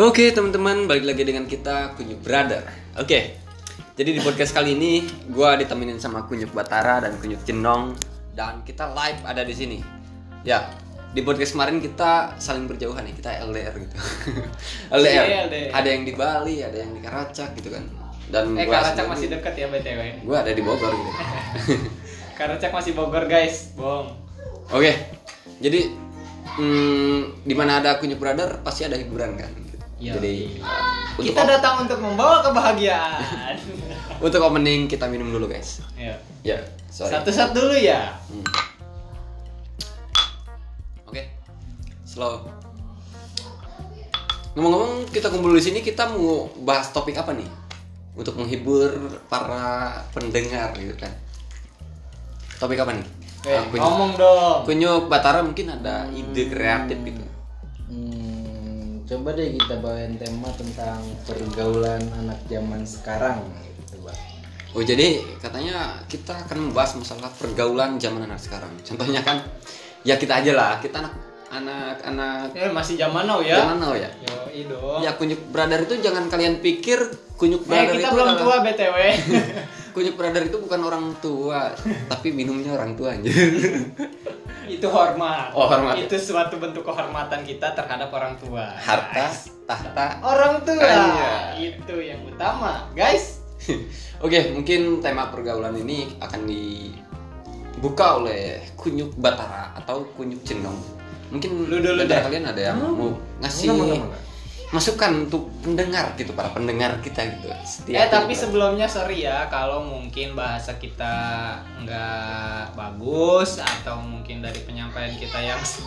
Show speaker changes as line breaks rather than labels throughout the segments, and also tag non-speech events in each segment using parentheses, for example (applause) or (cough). Oke teman-teman, balik lagi dengan kita Kunyuk Brother. Oke, jadi di podcast kali ini gue ditemenin sama Kunyuk Batara dan Kunyuk Jenong dan kita live ada di sini. Ya, di podcast kemarin kita saling berjauhan ya, kita LDR gitu. (laughs) LDR.
Iya, LDR.
Ada yang di Bali, ada yang di Karacak gitu kan. Dan
Eh
gua
Karacak
sendiri-
masih dekat ya BTW.
Gua ada di Bogor gitu. (laughs)
Karacak masih Bogor guys, bohong.
Oke, jadi hmm, di mana ada Kunyuk Brother pasti ada hiburan kan.
Iya.
Jadi uh, untuk
Kita datang untuk membawa kebahagiaan. (laughs)
Untuk opening kita minum dulu guys.
Ayo.
Ya, sorry.
Satu-satu dulu ya.
Hmm. Oke, slow. Ngomong-ngomong, kita kumpul di sini kita mau bahas topik apa nih? Untuk menghibur para pendengar gitu kan. Topik apa nih?
Eh,
Ah, kunyuk.
ngomong dong.
Kunyuk Batara mungkin ada ide kreatif gitu.
Hmm, coba deh kita bawain tema tentang pergaulan anak zaman sekarang gitu, Bang.
Oh jadi katanya kita akan membahas masalah pergaulan zaman anak sekarang. Contohnya kan ya kita aja lah kita anak anak anak
Eh, masih zaman now ya.
zaman now ya.
Yoi dong.
Ya kunyuk brother itu jangan kalian pikir kunyuk
eh,
brother
kita
itu
belum
adalah-
tua
(laughs)
BTW.
kunyuk brother itu bukan orang
(laughs)
tua tapi minumnya orang tua aja.
Itu hormat.
Oh, hormat.
Itu suatu bentuk kehormatan kita terhadap orang tua.
Harta,
Guys.
tahta. (laughs)
Orang tua.
Iya.
Itu yang utama, guys.
Oke, mungkin tema pergaulan ini akan dibuka oleh kunyuk batara atau kunyuk cenong. Mungkin
Lu dulu
dari
deh.
kalian ada yang mau ngasih
Enggak, enggak, enggak.
masukan untuk pendengar gitu para pendengar kita gitu.
Eh
Setia
tapi
gitu.
sebelumnya sorry ya kalau mungkin bahasa kita nggak bagus atau mungkin dari penyampaian kita yang s-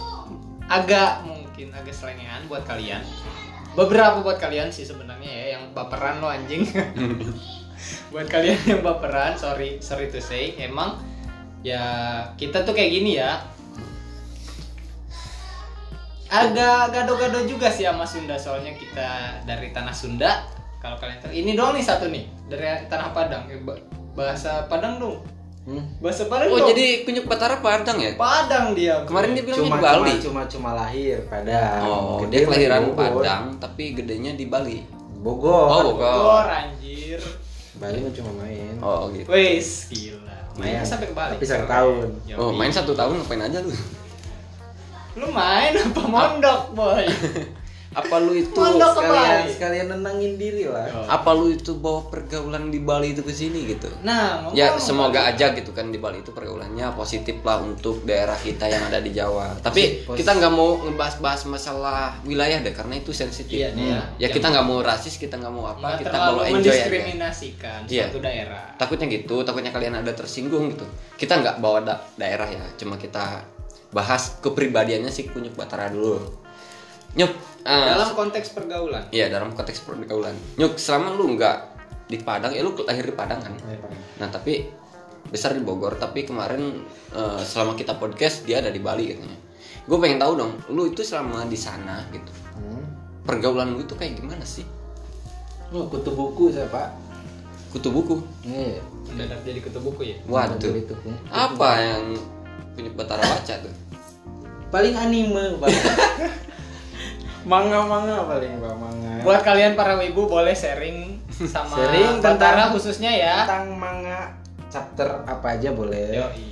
agak mungkin agak selengean buat kalian. Beberapa buat kalian sih sebenarnya ya yang baperan
(laughs)
lo anjing. buat kalian yang baperan, sorry sorry to say, emang ya kita tuh kayak gini ya. Agak gado-gado juga sih sama Sunda soalnya kita dari tanah Sunda. Kalau kalian tahu ini doang nih satu nih dari tanah Padang. Eh, ba- Bahasa Padang dong.
Hmm.
Bahasa Padang
Oh
dong.
jadi kunyuk batara Padang ya?
Padang dia.
Kemarin kan dia bilang di
Cuma, cuma
Bali.
cuma cuma lahir pada
Oh,
Gitu.
Gede
dia kelahiran
di Bogor.
Padang tapi gedenya di Bali.
Bogor.
Oh,
Bogor
Bogor.
anjir.
Bali mah cuma main.
Oh, gitu.
Wes gila. Main
Main.
sampai ke Bali.
Tapi satu tahun.
Yoi.
Iya. Oh, main satu tahun ngapain aja lu?
Lu main apa mondok,
(laughs)
boy?
Apa lu itu
Mondok ke
Sekalian
Bali.
sekalian nenangin diri lah.
Yoi.
apa lu itu bawa pergaulan di Bali itu ke sini gitu?
Nah, ngomong
Ya semoga aja gitu kan di Bali itu pergaulannya positif lah untuk daerah kita yang ada di Jawa. Tapi
Positif.
kita nggak mau ngebahas-bahas masalah wilayah deh karena itu sensitif.
Iya, iya.
Ya kita nggak mau rasis, kita nggak mau apa,
Nggak
kita
terlalu
mau enjoy aja.
mendiskriminasikan
Iya.
suatu daerah.
Takutnya gitu, takutnya kalian ada tersinggung gitu. Kita nggak bawa da- daerah ya, cuma kita bahas kepribadiannya si Kunyuk Batara dulu. Nyuk, ah,
Dalam konteks pergaulan.
Iya dalam konteks pergaulan. Nyuk selama lu nggak di Padang, ya lu lahir di Padang kan.
Lahir Padang.
Nah tapi besar di Bogor, tapi kemarin eh, selama kita podcast dia ada di Bali katanya. Gue pengen tahu dong, lu itu selama di sana gitu,
Hmm.
pergaulan lu itu kayak gimana sih?
Lu kutu buku saya, Pak.
Kutu buku, Iya.
Nih.
Mendadak jadi ketua buku ya.
waduh.
itu punya.
Apa yang punya Batara baca tuh?
Paling anime, Bang. (laughs) Manga-manga paling, Bang, manga.
Buat kalian para wibu boleh sharing sama
Sharing tentang-
Batara khususnya ya.
tentang manga chapter apa aja boleh
Yoi.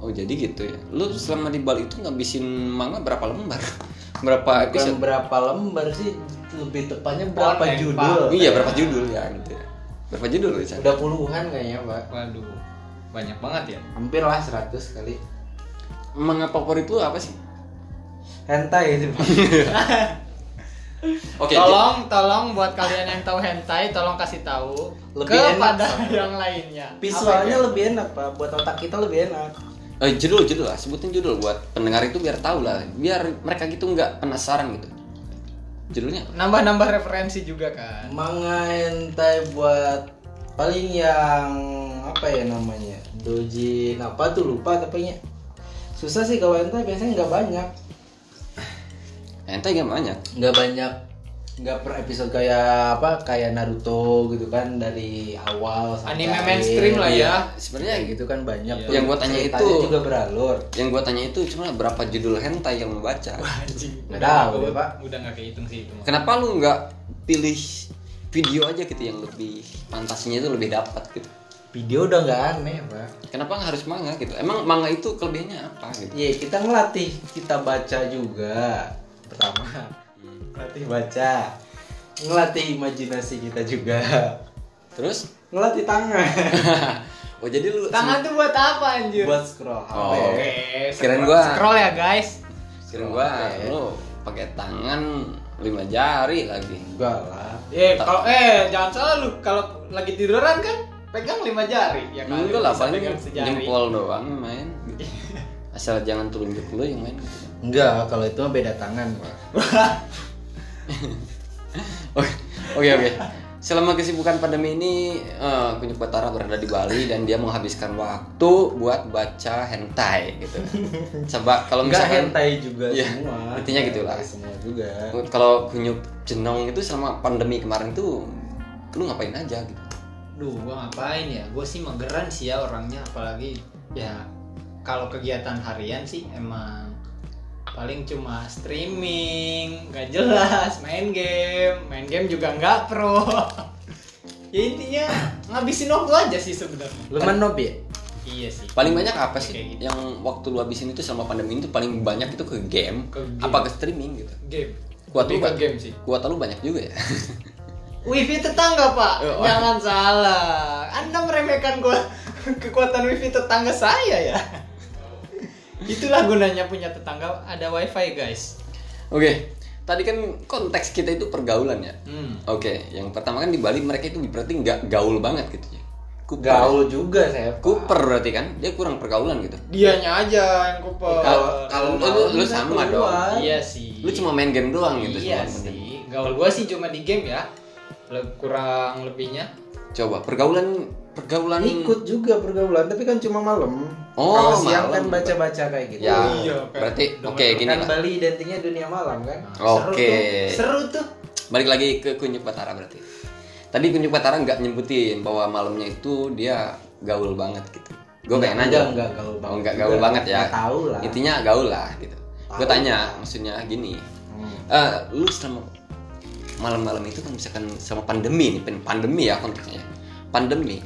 Oh jadi gitu ya. Lu selama di Bali itu ngabisin manga berapa lembar? (laughs) Berapa
bukan
episode?
berapa lembar sih lebih tepatnya berapa
Koneng,
judul
Iya berapa judul ya gitu ya. Berapa judul di sana?
udah puluhan kayaknya pak
Waduh, banyak banget ya.
hampir lah 100 kali
Manga favorit lu apa sih?
hentai itu pak
Oke.
tolong, tolong buat kalian yang tahu hentai, tolong kasih tahu
Lebih
kepada
enak soalnya.
yang lainnya.
(laughs)
Apa
visualnya
ya?
lebih enak pak buat otak kita lebih enak
Eh, judul judul lah, sebutin judul buat pendengar itu biar tahu lah, biar mereka gitu nggak penasaran gitu. Judulnya apa?
nambah-nambah referensi juga kan.
manga hentai buat paling yang apa ya namanya dojin apa tuh lupa tapi ya susah sih kalau hentai biasanya nggak banyak
Hentai gak banyak.
nggak banyak nggak per episode kayak apa kayak Naruto gitu kan dari awal sampai
Anime
akhir.
mainstream
Ah, iya.
lah ya.
Iya, Sebenarnya
Kayak gitu kan banyak
Iya.
tuh.
Yang gua tanya
Ceritanya
itu-
juga beralur
yang gua tanya itu cuma berapa judul hentai yang lu baca
Anjing.
Nggak
Udah
tahu
nggak-
deh, Pak.
Udah nggak kehitung sih itu. mah.
kenapa lu nggak pilih video aja gitu yang lebih fantasinya itu lebih dapat gitu
video udah nggak aneh pak
kenapa nggak harus manga gitu emang manga itu kelebihannya apa gitu
ya kita ngelatih kita baca juga pertama ngelatih baca ngelatih imajinasi kita juga
terus (laughs)
ngelatih tangan
oh jadi lu
Tangan tuh buat apa anjir?
buat scroll HP
Oh,
Oke,
Kirain
scroll-
gua.
Scroll ya guys.
kira gua ya,
Oke.
lu pakai tangan lima jari lagi
enggak lah
Eh, kalau eh jangan salah lu kalau lagi tiduran kan pegang lima jari ya kan.
enggak lah
Bisa
paling
pegang sejari.
jempol doang
(laughs)
main gitu. asal jangan telunjuk lu yang main (laughs) gitu.
enggak kalau itu mah beda tangan pak
Oke, oke, oke. Selama kesibukan pandemi ini, eh, Kunjung Batara berada di Bali dan dia menghabiskan waktu buat baca hentai
(laughs)
gitu. Coba kalau
(laughs) enggak
misalkan
hentai juga
Iya,
semua
intinya gitu lah.
semua juga
kalau Kunyup Jenong itu selama pandemi kemarin tuh lu ngapain aja gitu.
Duh, gua ngapain ya? Gua sih mageran sih ya orangnya apalagi ya kalau kegiatan harian sih emang paling cuma streaming, nggak jelas, main game, main game juga nggak pro. (laughs) ya intinya ngabisin waktu aja sih sebenarnya.
lu mah nob ya
Iya sih.
Paling banyak apa sih
Kayak gitu.
yang waktu lu habisin itu selama pandemi itu paling banyak itu ke game,
Ke game.
apa ke streaming gitu.
game?
Kuat
Lebih
juga.
ke game sih.
Kuota lu banyak juga ya. (laughs)
Wifi tetangga pak,
Oh,
jangan salah. Anda meremehkan gua (laughs) kekuatan wifi tetangga saya ya. Itulah gunanya punya tetangga ada wifi guys.
Oke, tadi kan konteks kita itu pergaulan ya.
Hmm.
Oke, yang pertama kan di Bali mereka itu berarti nggak gaul banget gitu ya. Kuper.
gaul juga saya Pak.
Kuper berarti kan dia kurang pergaulan gitu.
Dianya aja yang kuper.
Kalau- kalau
mau
lu- lu
bisa
sama dong.
keluar.
iya sih.
Lu cuma main game doang gitu.
Iya
cuma main game.
sih. Gaul gua sih cuma di game ya. Le- kurang lebihnya.
Coba pergaulan pergaulan
ikut juga pergaulan tapi kan cuma malam
Oh,
kalau siang
malam.
kan baca-baca kayak gitu
Ya,
Iya, kayak
berarti
denger-
oke gini
kan
lah. Nah.
Bali identiknya dunia malam kan
Seru
Oke.
tuh. Seru tuh.
Balik lagi ke Kunjung Batara berarti. Tadi Kunjung Batara nggak nyebutin bahwa malamnya itu dia gaul banget gitu. Gue pengen
Enggak,
aja.
enggak gaul banget
Oh, nggak
juga.
gaul banget ya.
Nggak tahu lah.
Intinya gaul lah gitu. Gue
Tahu.
tanya, maksudnya gini.
Hmm.
Eh, lu selama malam-malam itu kan misalkan sama pandemi nih, pen- pandemi ya konteksnya. Pandemi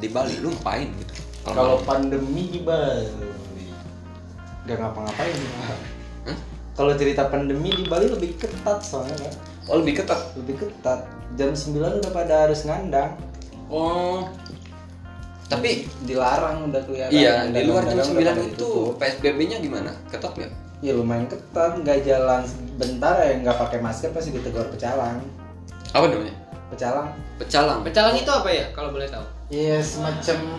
di Bali lu ngapain gitu?
kalau
malam?
pandemi di Bali nggak ngapa-ngapain Pak.
Hmm?
kalau cerita pandemi di Bali lebih ketat soalnya kan
oh, lebih ketat.
lebih ketat jam 9 udah pada harus ngandang
Oh. Tapi
dilarang udah kelihatan
iya
Ngandang-
di luar jam
ngandang
9
udah pada
itu
ditutup.
PSBB-nya gimana? Ketat nggak?
ya lumayan ketat nggak jalan bentar ya nggak pakai masker pasti ditegur pecalang
Apa namanya?
pecalang
Pecalang.
Pecalang itu apa ya kalau boleh tahu?
ya semacam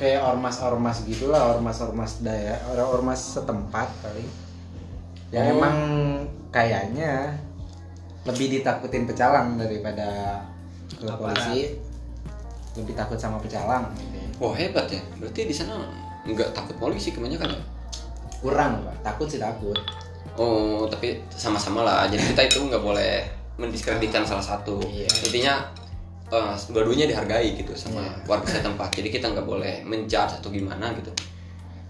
kayak ormas-ormas gitulah ormas-ormas daya orang ormas setempat kali
Oh.
yang emang kayaknya lebih ditakutin pecalang daripada ke
Aparat.
polisi lebih takut sama pecalang gitu ya.
Wah hebat ya. Berarti di sana nggak takut polisi kebanyakan ya?
kurang pak takut sih takut
Oh, tapi sama-sama lah. Jadi kita itu nggak boleh mendiskreditkan salah satu.
Iya.
Intinya eh, dua-duanya dihargai gitu sama
Iya.
warga setempat. Jadi kita nggak boleh menjudge atau gimana gitu.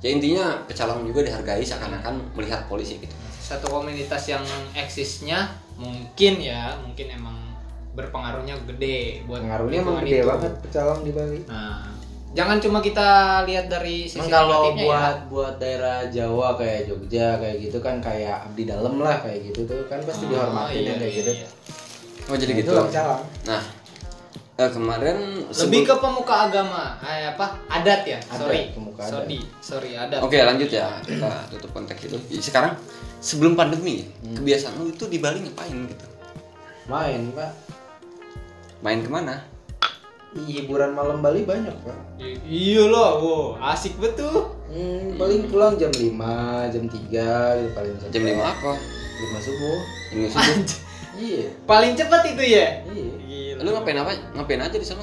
Ya intinya pecalang juga dihargai seakan-akan melihat polisi gitu.
satu komunitas yang eksisnya mungkin ya mungkin emang berpengaruhnya gede buat
pengaruhnya emang
lingkungan
gede
itu.
banget pecalang di Bali
nah jangan cuma kita lihat dari sisi
Emang kalau
negatifnya ya,
buat buat daerah Jawa kayak Jogja kayak gitu kan kayak abdi dalam lah kayak gitu tuh kan
ya.
pasti
Oh,
dihormatin
iya,
yang kayak
iya,
gitu.
iya.
Oh, jadi
Nah,
gitu.
itulah pecalang.
Nah, eh, kemarin
lebih
sebelum-
ke pemuka agama eh, apa adat ya
Adat,
sorry
pemuka adat.
sorry sorry adat
Oke, lanjut ya. Kita tutup konteks itu. Sekarang sebelum pandemi, kebiasaan lu itu di Bali ngapain gitu?
Main pak.
Main kemana?
Hiburan malam Bali banyak pak.
I- iya loh wow, asik betul (laughs)
Hmm, paling pulang jam 5, jam 3, gitu paling
Jam 5 apa?
5 subuh.
Jam 5 subuh.
Iya,
paling cepat itu ya
iya.
Gila.
Lu ngapain apa? Ngapain aja di sana?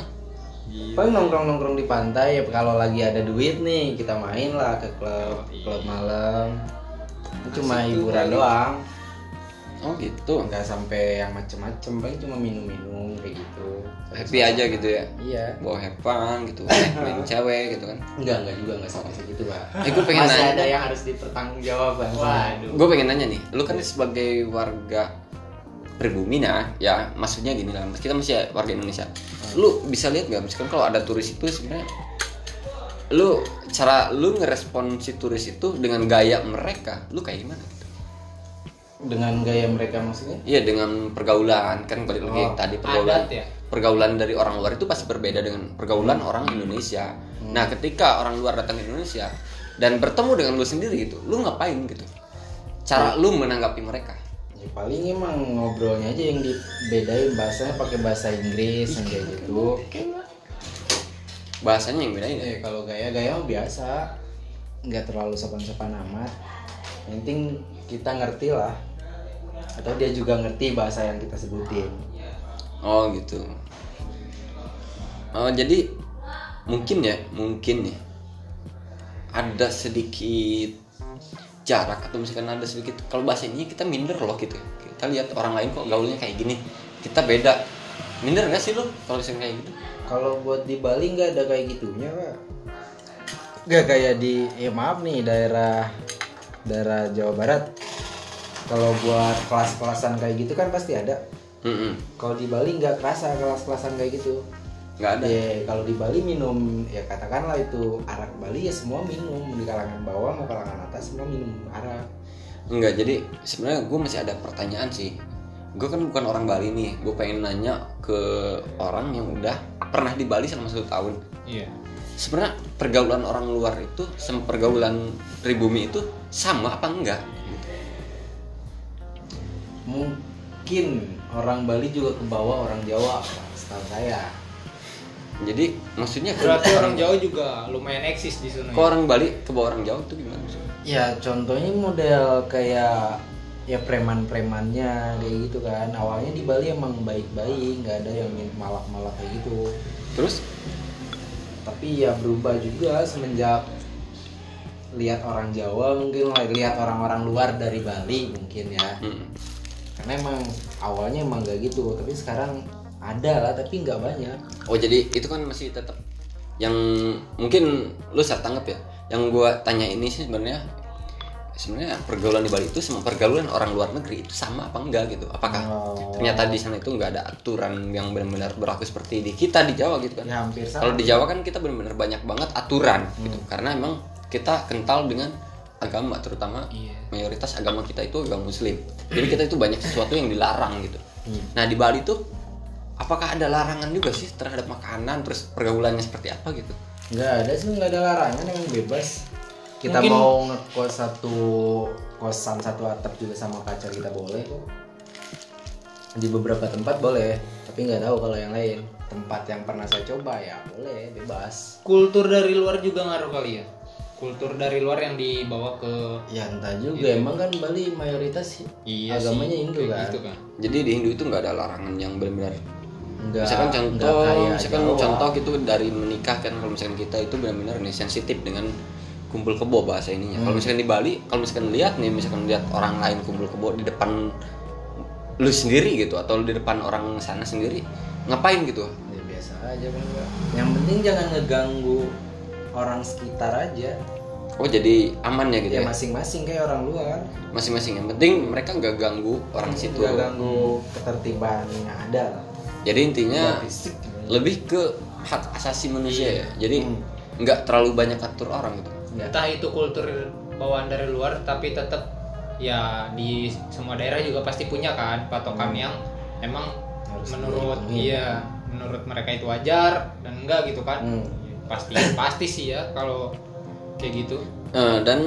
Gila.
Paling nongkrong-nongkrong di pantai ya kalau lagi ada duit nih kita main lah ke klub klub malam. Itu cuma
Asik tuh,
hiburan
Bali.
doang.
Oh gitu.
nggak sampai yang macem-macem paling cuma minum-minum kayak gitu
Happy aja gitu ya.
iya
Bawa hepan (coughs) gitu, main cewek gitu kan.
enggak enggak juga enggak sampai segitu pak
Eh, gue pengen
masih
nanya.
ada yang harus dipertanggungjawabkan
Waduh.
Gue pengen nanya nih, lu kan sebagai warga pribumi nah ya maksudnya gini lah kita masih ya warga Indonesia lu bisa lihat nggak misalkan kalau ada turis itu sebenarnya lu cara lu ngerespon si turis itu dengan gaya mereka lu kayak gimana
dengan gaya mereka maksudnya
Iya dengan pergaulan kan balik lagi
Oh,
tadi pergaulan
adat ya? Hmm.
pergaulan dari orang luar itu pasti berbeda dengan pergaulan orang Indonesia. Nah ketika orang luar datang ke Indonesia dan bertemu dengan lu sendiri gitu, lu ngapain gitu? Cara
Hmm.
lu menanggapi mereka?
ya paling emang ngobrolnya aja yang dibedain bahasanya pakai bahasa Inggris yang kayak gitu
Bahasanya yang beda ya.
Eh kalau gaya gaya mah biasa, nggak terlalu sopan-sopan amat. Yang penting kita ngerti lah, atau dia juga ngerti bahasa yang kita sebutin.
Oh gitu. Oh jadi mungkin ya mungkin nih ada sedikit jarak atau misalkan ada sedikit kalau bahasa ini kita minder loh gitu kita lihat orang lain kok gaulnya kayak gini kita beda minder nggak sih lo kalau misalkan kayak gitu
Kalau buat di Bali nggak ada kayak gitunya pak. Nggak kayak di, eh maaf nih daerah daerah Jawa Barat. Kalau buat kelas-kelasan kayak gitu kan pasti ada.
Mm-mm.
Kalau di Bali nggak kerasa kelas-kelasan kayak gitu.
nggak ada
Ya, kalau di Bali minum ya katakanlah itu arak Bali ya semua minum di kalangan bawah mau kalangan atas semua minum arak.
nggak jadi sebenarnya gue masih ada pertanyaan sih gue kan bukan orang Bali nih gue pengen nanya ke orang yang udah pernah di Bali selama satu tahun
Iya.
sebenarnya pergaulan orang luar itu sama pergaulan pribumi itu sama apa enggak
Mungkin orang Bali juga ke bawah orang Jawa Pak, setahu saya.
jadi maksudnya ke-
Berarti orang Jawa juga lumayan eksis di sana. ya?
ke orang Bali ke bawah orang Jawa itu gimana sih?
Ya contohnya model kayak ya preman-premannya kayak gitu kan. Awalnya di Bali emang baik-baik, nggak ada yang malak-malak kayak gitu.
terus
tapi ya berubah juga semenjak lihat orang Jawa mungkin lihat orang-orang luar dari Bali mungkin ya
mm,
karena emang awalnya emang gak gitu tapi sekarang ada lah tapi nggak banyak
oh jadi itu kan masih tetap yang mungkin lu salah tanggap ya yang gua tanya ini sih sebenarnya sebenarnya pergaulan di Bali itu sama pergaulan orang luar negeri itu sama apa enggak gitu apakah
Oh.
ternyata di sana itu nggak ada aturan yang benar-benar berlaku seperti di kita di Jawa gitu kan
ya hampir
Kalau
sama
di Jawa kan kita benar-benar banyak banget aturan gitu karena emang kita kental dengan agama terutama
Iya.
mayoritas agama kita itu agama muslim. Jadi kita itu banyak sesuatu yang dilarang gitu.
Hmm.
Nah, di Bali tuh apakah ada larangan juga sih terhadap makanan terus pergaulannya seperti apa gitu?
nggak ada sih nggak ada larangan emang bebas kita
Mungkin-
mau ngekos satu kosan satu atap juga sama pacar kita boleh kok di beberapa tempat boleh tapi nggak tahu kalau yang lain tempat yang pernah saya coba ya boleh bebas
Kultur dari luar juga ngaruh kali ya. Kultur dari luar yang dibawa ke
Ya entah juga emang kan Bali mayoritas
Iya sih,
agamanya Hindu
kayak
kan.
gitu kan.
Jadi di Hindu itu nggak ada larangan yang benar-benar
Enggak.
misalkan
enggak
contoh
Ya, kayak
misalkan
Jawa.
contoh gitu dari menikah kan kalau misalkan kita itu benar-benar nih sensitif dengan kumpul kebo bahasa ininya
Hmm.
kalau misalkan di Bali kalau misalkan lihat nih misalkan lihat orang lain kumpul kebo di depan lu sendiri gitu atau di depan orang sana sendiri ngapain gitu
Ya, biasa aja kan Pak. Yang penting jangan ngeganggu orang sekitar aja.
oh jadi aman ya gitu
Ya
ya
masing-masing kayak orang luar.
masing-masing yang penting mereka nggak ganggu orang situ
Nggak ganggu ketertiban yang ada lah.
jadi intinya
Nggak Fisik. gitu.
lebih ke hak asasi manusia ya jadi
Hmm.
nggak terlalu banyak atur orang gitu
Nggak.
Entah itu kultur bawaan dari luar tapi tetap ya di semua daerah juga pasti punya kan patokan yang emang
Harus
menurut
dipenuhi.
iya menurut mereka itu wajar dan enggak gitu kan.
Hmm.
Pasti pasti sih ya kalau kayak gitu.
Eh, dan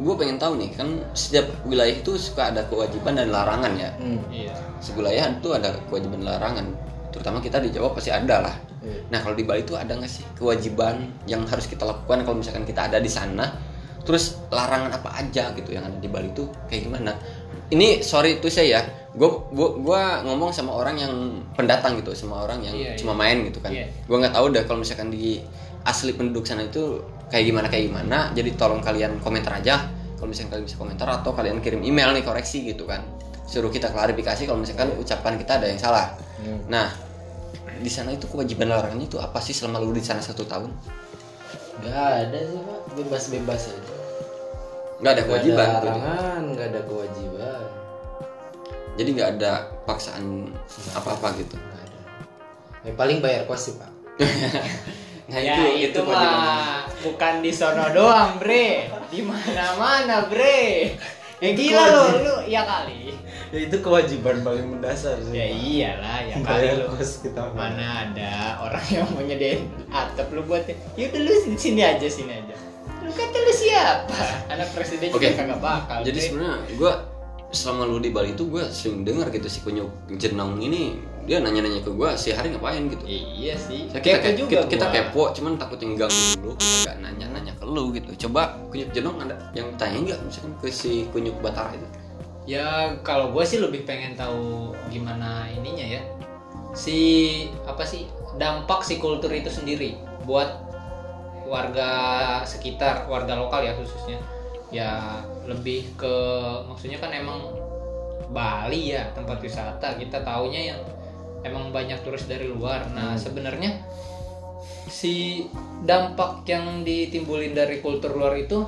gue pengen tahu nih kan setiap wilayah itu suka ada kewajiban dan larangan ya
Hmm.
Iya.
sewilayah itu ada kewajiban dan larangan terutama kita di Jawa pasti ada lah
Iya.
nah kalau di Bali itu ada nggak sih kewajiban yang harus kita lakukan kalau misalkan kita ada di sana terus larangan apa aja gitu yang ada di Bali itu kayak gimana ini sorry itu saya ya gue gua ngomong sama orang yang pendatang gitu sama orang yang
Iya,
cuma main gitu kan
Iya.
gue nggak tahu deh kalau misalkan di asli penduduk sana itu kayak gimana kayak gimana jadi tolong kalian komentar aja kalau misalkan kalian bisa komentar atau kalian kirim email nih koreksi gitu kan suruh kita klarifikasi kalau misalkan ucapan kita ada yang salah.
Hmm.
Nah, di sana itu kewajiban larangannya itu apa sih selama lu di sana satu tahun?
Gak ada sih pak, bebas-bebas aja.
Nggak ada kewajiban.
Gak ada
gitu.
larangan, gak ada kewajiban.
Jadi nggak ada paksaan apa-apa
(laughs)
gitu.
Gak ada. Ya, paling bayar kos sih pak.
Nah
ya
itu
itu,
itu kewajiban.
mah bukan di sono doang bre di mana mana bre ya gila lu lu ya kali
Ya, itu kewajiban paling mendasar sih.
ya
Pak.
iyalah ya kali lu
Bayar kos kita. Pak.
mana ada orang (laughs) yang mau nyediain atap lu buat yaudah lu sini, sini aja sini aja lu kata lu siapa anak presiden
Oke.
juga kagak bakal
Jadi
Bre.
sebenarnya gue selama lu di Bali itu gue sering dengar gitu si kunyuk jenong ini dia nanya-nanya ke gue si hari ngapain gitu.
iya sih
Ya, kita,
Kepo
ke- kita, kita
gua.
kepo, cuman takut yang ganggu lu, kita gak nanya-nanya ke lu gitu. Coba kunyuk jenong ada yang tanya nggak misalkan ke si kunyuk batara itu?
Ya kalau gue sih lebih pengen tahu gimana ininya ya si apa sih dampak si kultur itu sendiri buat warga sekitar warga lokal ya khususnya ya lebih ke maksudnya kan emang Bali ya tempat wisata kita taunya yang emang banyak turis dari luar nah sebenarnya si dampak yang ditimbulin dari kultur luar itu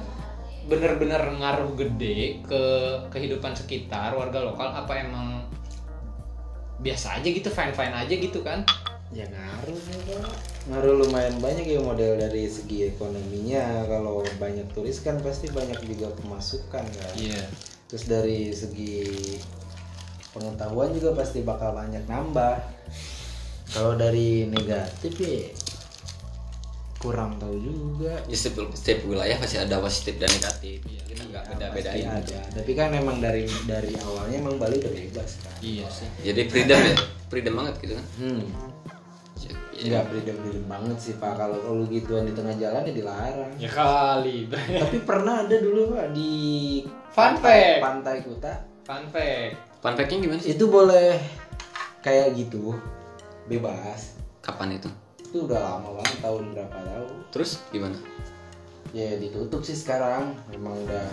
bener-bener ngaruh gede ke kehidupan sekitar warga lokal apa emang biasa aja gitu fine fine aja gitu kan
Ya ngaruh sih Pak. Ngaruh lumayan banyak ya model dari segi ekonominya. Kalau banyak turis kan pasti banyak juga pemasukan kan.
iya
Terus dari segi pengetahuan juga pasti bakal banyak nambah. Kalau dari negatif ya kurang tahu juga.
Ya, setiap, setiap wilayah pasti ada positif dan negatif.
Iya.
Kita nggak
Ya, pasti
beda-bedain.
ada. Tapi kan emang dari dari awalnya emang Bali udah bebas kan.
iya sih
Jadi freedom ya, freedom banget gitu kan.
Hmm.
Ya,
Enggak freedom-freedom banget sih Pak. Kalau kalau gituan di tengah jalan ya dilarang.
ya kali (laughs)
Tapi pernah ada dulu Pak di
Fun fact.
Pantai Kuta.
fun fact
Fun fact-nya gimana sih?
Itu boleh kayak gitu bebas.
Kapan itu?
Itu udah lama banget tahun berapa tahu.
Terus gimana?
Ya ditutup sih sekarang. Memang udah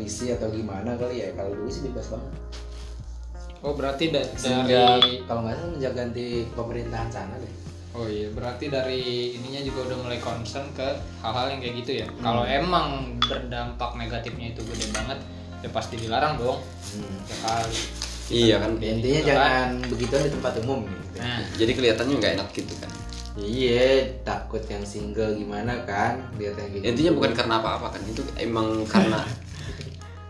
risih atau gimana kali ya. Kalau dulu sih bebas banget.
oh berarti da- Ya.
Sehingga kalau nggak salah sejak ganti pemerintahan sana deh.
oh iya berarti dari ininya juga udah mulai concern ke hal-hal yang kayak gitu ya kalau emang berdampak negatifnya itu gede banget ya pasti dilarang dong
Hmm.
ya kali
Iya kan.
Ya,
Gitu
intinya
kan.
jangan begituan di tempat umum gitu.
nah
Jadi kelihatannya nggak enak gitu kan.
Iya, takut yang single gimana kan? Lihat yang kayak
Intinya
gitu.
bukan karena apa-apa kan, itu emang
(laughs)
karena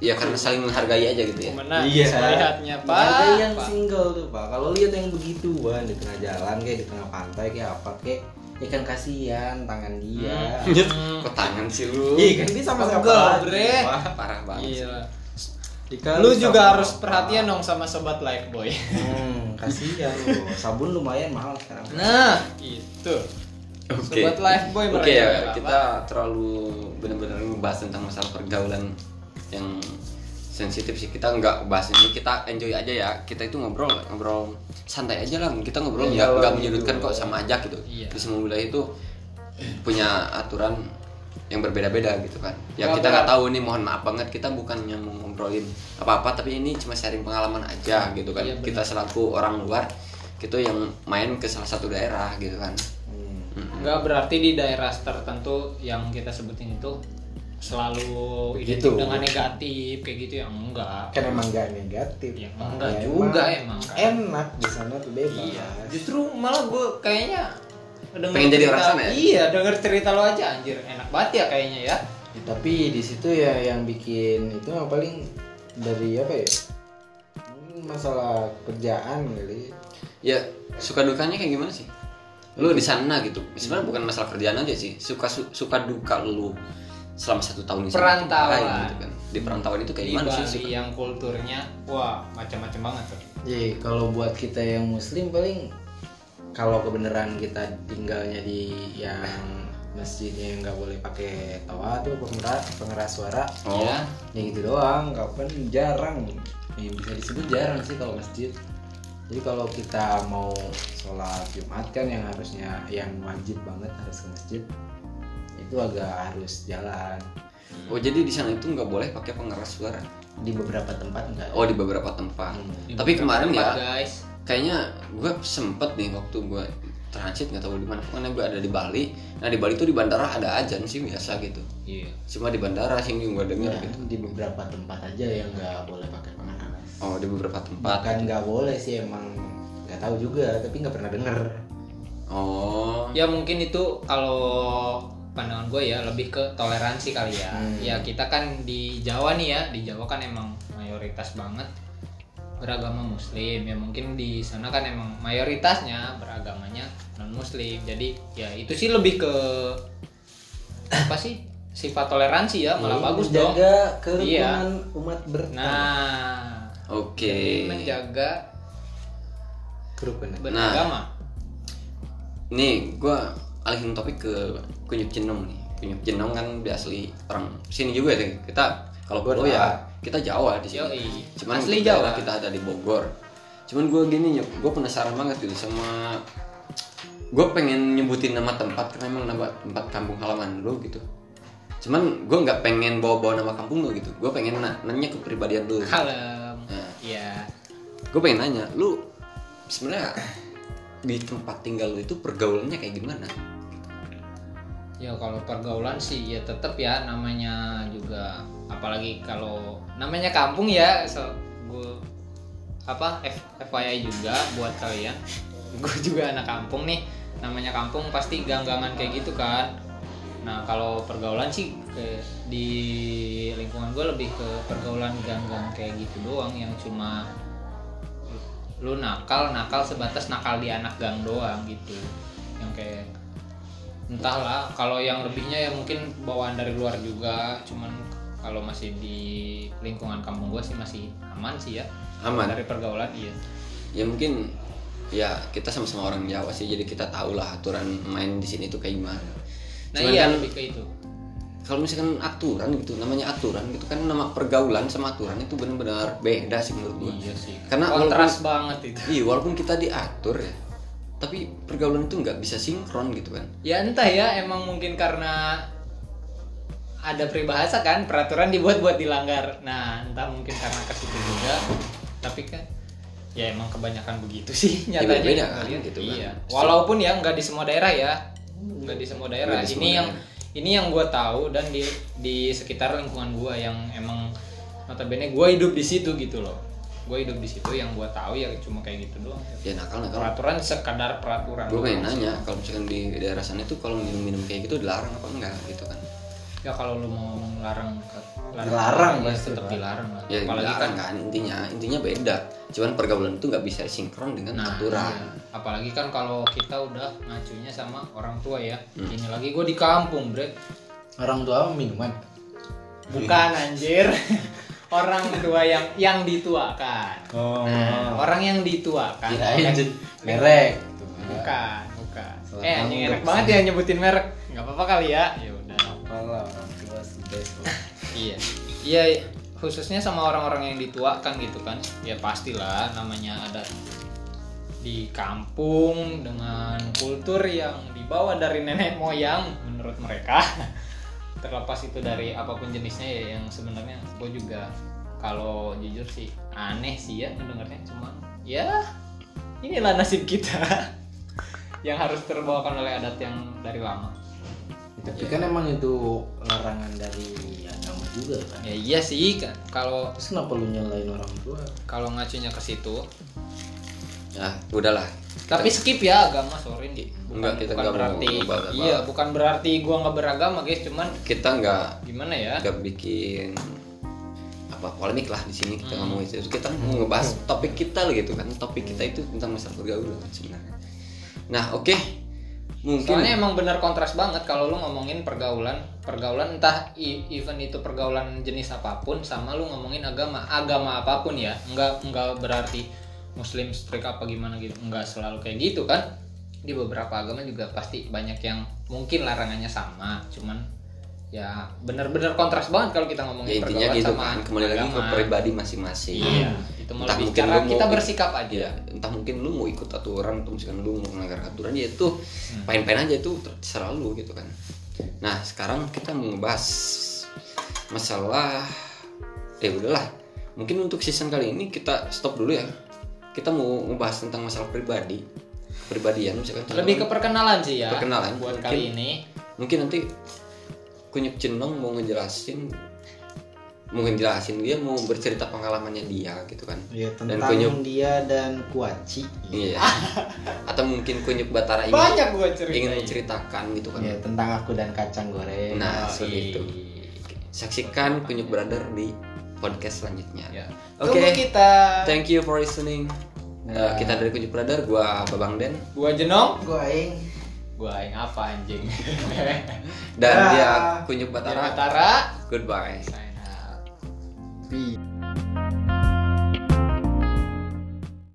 ya karena saling menghargai aja gitu ya.
Memenang
Iya.
Nah, melihatnya pak
Ada yang
Pak.
single tuh pak. Kalau lihat yang begituan di tengah jalan kayak di tengah pantai kayak apa kayak ya kan kasihan tangan dia.
Hmm.
Nyet, Kok tangan sih lu?
Iya kan dia sama siapa
Pegel,
lagi,
bre.
Pak?
Parah banget.
Gila.
Dikali
Lu
sama
juga harus
apa.
perhatian dong sama sobat like boy.
Hmm, kasihan lu. Sabun lumayan mahal sekarang.
(laughs) Nah, itu.
Oke.
Sobat life boy
Oke
mereka
ya,
nggak
kita terlalu benar-benar ngebahas tentang masalah pergaulan yang sensitif sih kita nggak bahas ini kita enjoy aja ya kita itu ngobrol ngobrol santai aja lah kita ngobrol nggak
Iya lah,
nggak
gitu.
menyudutkan kok sama aja gitu
Iya.
di semua wilayah itu punya aturan yang berbeda-beda gitu kan ya
Nggak
kita nggak
berat.
tahu nih mohon maaf banget kita bukannya mau ngobrolin apa-apa tapi ini cuma sharing pengalaman aja gitu kan
Iya, benar.
kita selaku orang luar gitu yang main ke salah satu daerah gitu kan
Hmm.
Mm-mm.
Nggak berarti di daerah tertentu yang kita sebutin itu selalu
Begitu.
Gitu.
identik dengan negatif kayak gitu ya enggak.
Kan emang gak negatif.
Ya,
Pak.
enggak juga emang, kan.
Enak di sana tuh bebas.
Iya. Justru malah gue kayaknya denger
Pengen jadi orang
cerita-
sana ya?
Iya, denger cerita lo aja anjir, enak banget ya kayaknya ya.
Ya, tapi di situ ya yang bikin itu mah paling dari apa ya? Mungkin masalah kerjaan kali.
ya suka dukanya kayak gimana sih lu di sana gitu sebenarnya bukan masalah kerjaan aja sih suka su- suka duka lu selama satu tahun di sana tuh
Perantauan.
ngapain gitu kan di perantauan itu kayak
Di
gimana sih
Bali
suka?
yang kulturnya wah macam-macam banget tuh.
Jadi kalau buat kita yang muslim paling kalau kebenaran kita tinggalnya di yang masjidnya yang nggak boleh pakai tawa tuh pengeras pengeras suara
oh
Ya.
ya gitu doang kapan jarang ya, bisa disebut jarang sih kalau masjid jadi kalau kita mau sholat jumat kan yang harusnya yang wajib banget harus ke masjid itu agak harus jalan
Oh jadi di sana itu nggak boleh pakai pengeras suara.
di beberapa tempat enggak
Oh di beberapa tempat.
Hmm.
Di
Tapi kemarin
beberapa
ya
tempat, guys
kayaknya gue sempet nih waktu gue transit nggak tahu di mana pokoknya gue ada di Bali. Nah di Bali tuh di bandara ada ajan sih biasa gitu.
iya
Cuma di bandara sih yang gue denger
Ya,
gitu.
di beberapa tempat aja yang nggak boleh pakai pengaras
Oh di beberapa
Iya.
tempat.
bahkan nggak boleh sih emang nggak tahu juga tapi nggak pernah denger
Oh.
ya mungkin itu kalau pandangan gue ya lebih ke toleransi kali ya
Hmm.
ya kita kan di Jawa nih ya di Jawa kan emang mayoritas banget beragama muslim ya mungkin di sana kan emang mayoritasnya beragamanya non muslim jadi ya itu sih lebih ke apa sih sifat toleransi ya malah
Jadi,
bagus dong Iya.
menjaga kerukunan umat beragama
nah
Oke.
menjaga
kerukunan
beragama
Nih gue alihin topik ke kunyit jenong nih. Kunyit jenong kan biasa orang sini juga ya. Kita kalau
Bogor
gue
lah.
ya kita Jawa di sini.
Yoi.
Cuman
Asli
untuk daerah
Jawa.
kita ada di Bogor. Cuman gue gini ya, gue penasaran banget gitu sama gue pengen nyebutin nama tempat karena emang nama tempat kampung halaman lu gitu. Cuman gue nggak pengen bawa-bawa nama kampung lu gitu. Gue pengen na- nanya kepribadian lu.
kalem
Nah,
ya
gue pengen nanya lu sebenarnya di tempat tinggal lu itu pergaulannya kayak gimana
Ya kalau pergaulan sih ya tetap ya namanya juga apalagi kalau namanya kampung ya so gue apa F- FYI juga buat kalian (laughs) gue juga anak kampung nih namanya kampung pasti ganggangan kayak gitu kan nah kalau pergaulan sih ke, di lingkungan gue lebih ke pergaulan ganggang kayak gitu doang yang cuma lu nakal nakal sebatas nakal di anak gang doang gitu yang kayak entahlah kalau yang lebihnya ya mungkin bawaan dari luar juga cuman kalau masih di lingkungan kampung gue sih masih aman sih ya
aman
dari pergaulan iya
ya mungkin ya kita sama-sama orang Jawa sih jadi kita tahu lah aturan main di sini itu kayak gimana
nah
Cuman
iya
kan
lebih ke itu
kalau misalkan aturan gitu namanya aturan gitu kan nama pergaulan sama aturan itu benar-benar beda sih menurut gua
iya sih
karena
kontras banget itu
walaupun, iya, walaupun kita diatur ya tapi pergaulan itu nggak bisa sinkron gitu kan
ya entah ya emang mungkin karena ada peribahasa kan peraturan dibuat buat dilanggar nah entah mungkin karena ke situ juga tapi kan ya emang kebanyakan begitu sih
Ya,
nyatanya
beda-beda kan,
Iya.
gitu kan.
iya walaupun ya nggak di semua daerah ya nggak di semua daerah
Nggak di semua
ini yang
daerah.
ini yang gue tahu dan di di sekitar lingkungan gue yang emang notabene gue hidup di situ gitu loh gue hidup di situ yang gue tahu ya cuma kayak gitu doang
ya nakal nakal
peraturan sekadar peraturan
gue pengen nanya kalau misalkan di daerah sana itu kalau minum-minum kayak gitu dilarang apa enggak gitu kan
ya kalau lu mau larang larang,
Dilarang
ya
pasti,
tetap
Pak.
dilarang lah
ya
apalagi kan
dilarang kan intinya intinya beda cuman pergaulan itu nggak bisa sinkron
kan
dengan
nah, iya.
aturan
apalagi kan kalau kita udah ngacunya sama orang tua ya
Hmm.
ini lagi gue di kampung bre
orang tua minuman
bukan
Iya.
anjir (laughs) orang tua yang yang dituakan
oh
nah, orang yang dituakan (laughs)
kirain
Bukan-
Kan, merek gitu.
bukan bukan
Salah
eh anjing
tanggap
enak
sih.
banget ya nyebutin merek nggak apa-apa kali ya ya udah
Apalah, orang tua is the (laughs) best.
iya iya khususnya sama orang-orang yang dituakan gitu kan ya pastilah namanya ada di kampung dengan kultur yang dibawa dari nenek moyang menurut mereka (laughs) terlepas itu dari apapun jenisnya ya yang sebenarnya gue juga kalau jujur sih aneh sih ya mendengarnya cuman ya inilah nasib kita (laughs) yang harus terbawakan oleh adat yang dari lama
tapi kan emang itu larangan dari agama juga kan
ya iya sih kan kalau
terus kenapa lu nyalain orang tua
kalau ngacunya ke situ
ya
iya.
udahlah
tapi skip ya agama sorry nih bukan,
Enggak, kita
bukan
nggak mau
berarti
ngebahas apa.
iya bukan berarti gua nggak beragama guys cuman
kita nggak
gimana ya
nggak bikin apa polemik lah di sini kita ngomongin itu kita
Hmm.
mau ngebahas topik kita lah gitu kan topik kita itu tentang masalah pergaulan sebenarnya nah oke mungkin ya
soalnya emang bener kontras banget kalau lu ngomongin pergaulan pergaulan entah i- even itu pergaulan jenis apapun sama lu ngomongin agama agama apapun ya nggak nggak berarti muslim strict apa gimana gitu nggak selalu kayak gitu kan di beberapa agama juga pasti banyak yang mungkin larangannya sama cuman ya bener-bener kontras banget kalau
ya,
kita ngomongin
intinya
pergaulan
gitu
sama
kan kembali lagi ke
agama.
pribadi masing-masing
Iya, itu mau
Entah
lebih
mungkin
cara
lu mau-
kita bersikap aja.
ya entah mungkin lu mau ikut aturan atau misalkan lu mau melanggar aturan ya itu
Hmm.
pain-pain aja itu terserah lu gitu kan nah sekarang kita mau ngebahas masalah ya udahlah mungkin untuk season kali ini kita stop dulu ya kita mau ngebahas tentang masalah pribadi kepribadian misalkan
Lebih ke perkenalan sih ya.
Perkenalan, mungkin.
Buat kali ini.
mungkin nanti kunyuk cenong mau ngejelasin mau ngejelasin dia mau bercerita pengalamannya dia gitu kan
Ya,
Dan
tentang
kunyuk.
dia dan kuaci.
iya
(laughs)
atau mungkin kunyuk batara ingin
Banyak Iya. gue cerita.
ingin menceritakan gitu kan
Iya,
Ya, tentang aku dan kacang goreng.
Oh,
nah seperti itu saksikan kunyuk brother di podcast selanjutnya
Ya.
Oke.
Tunggu kita.
thank you for listening Eh, kita dari kunyuk brother gua babang den
Gua jenong.
Gue aing.
Gua yang apa anjing?
(laughs) dan
Dah.
dia kunyuk batara
Batara.
goodbye
Sign out.
Pi.